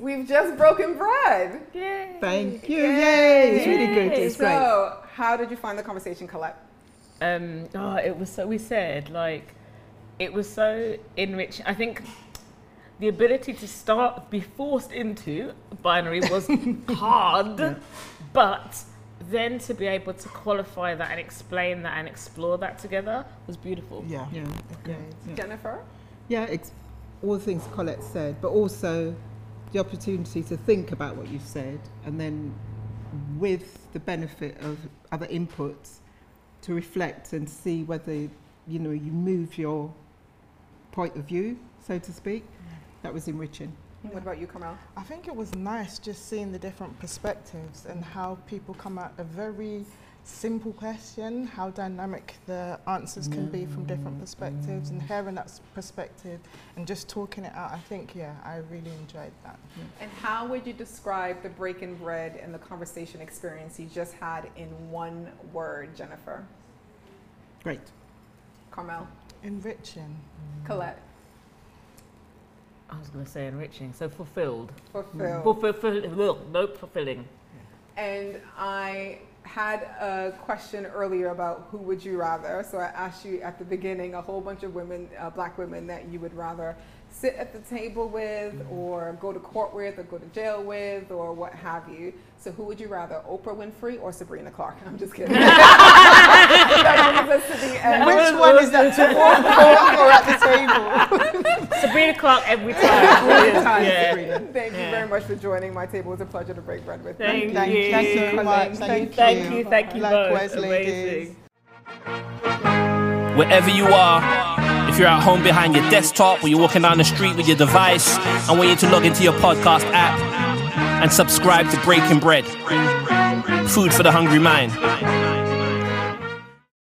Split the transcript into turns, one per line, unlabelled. We've just broken bread.
Yay.
Thank you. Yay. It's really good. It's great.
so, how did you find the conversation, Colette?
Um, oh, it was so, we said, like, it was so enriching. I think the ability to start, be forced into binary was hard, but then to be able to qualify that and explain that and explore that together was beautiful.
Yeah. Yeah. Yeah. yeah.
Jennifer?
Yeah, it's all the things Colette said, but also the opportunity to think about what you've said and then with the benefit of other inputs to reflect and see whether you know you move your point of view, so to speak. That was enriching.
What about you, Kamal?
I think it was nice just seeing the different perspectives and how people come at a very simple question, how dynamic the answers can be from different perspectives,
Mm.
and hearing that s- perspective and just talking it out. I think, yeah, I really enjoyed that.
And how would you describe the breaking bread and the conversation experience you just had in one word, Jennifer?
Great.
Carmel?
Enriching.
Colette?
I was going to say enriching, so fulfilled.
Fulfilled.
Fulfilled, nope, fulfilling.
And I had a question earlier about who would you rather. So I asked you at the beginning a whole bunch of women, uh, black women, that you would rather sit at the table with, or go to court with, or go to jail with, or what have you. So who would you rather, Oprah Winfrey or Sabrina Clark? I'm just kidding. That brings us to the end.
Which
Which one is that? To walk or, or at the table?
Sabrina Clark every time. Brilliant.
time,
Yeah.
Sabrina. Thank you
Yeah.
very much for joining my table. It was a pleasure to break bread with
Thank
you.
you. Thank you. Thank you.
much.
Thank
Thank you, thank you
Likewise,
both.
ladies.
Amazing.
Wherever you are, if you're at home behind your desktop or you're walking down the street with your device, I want you to log into your podcast app and subscribe to Breaking Bread. Food for the hungry mind.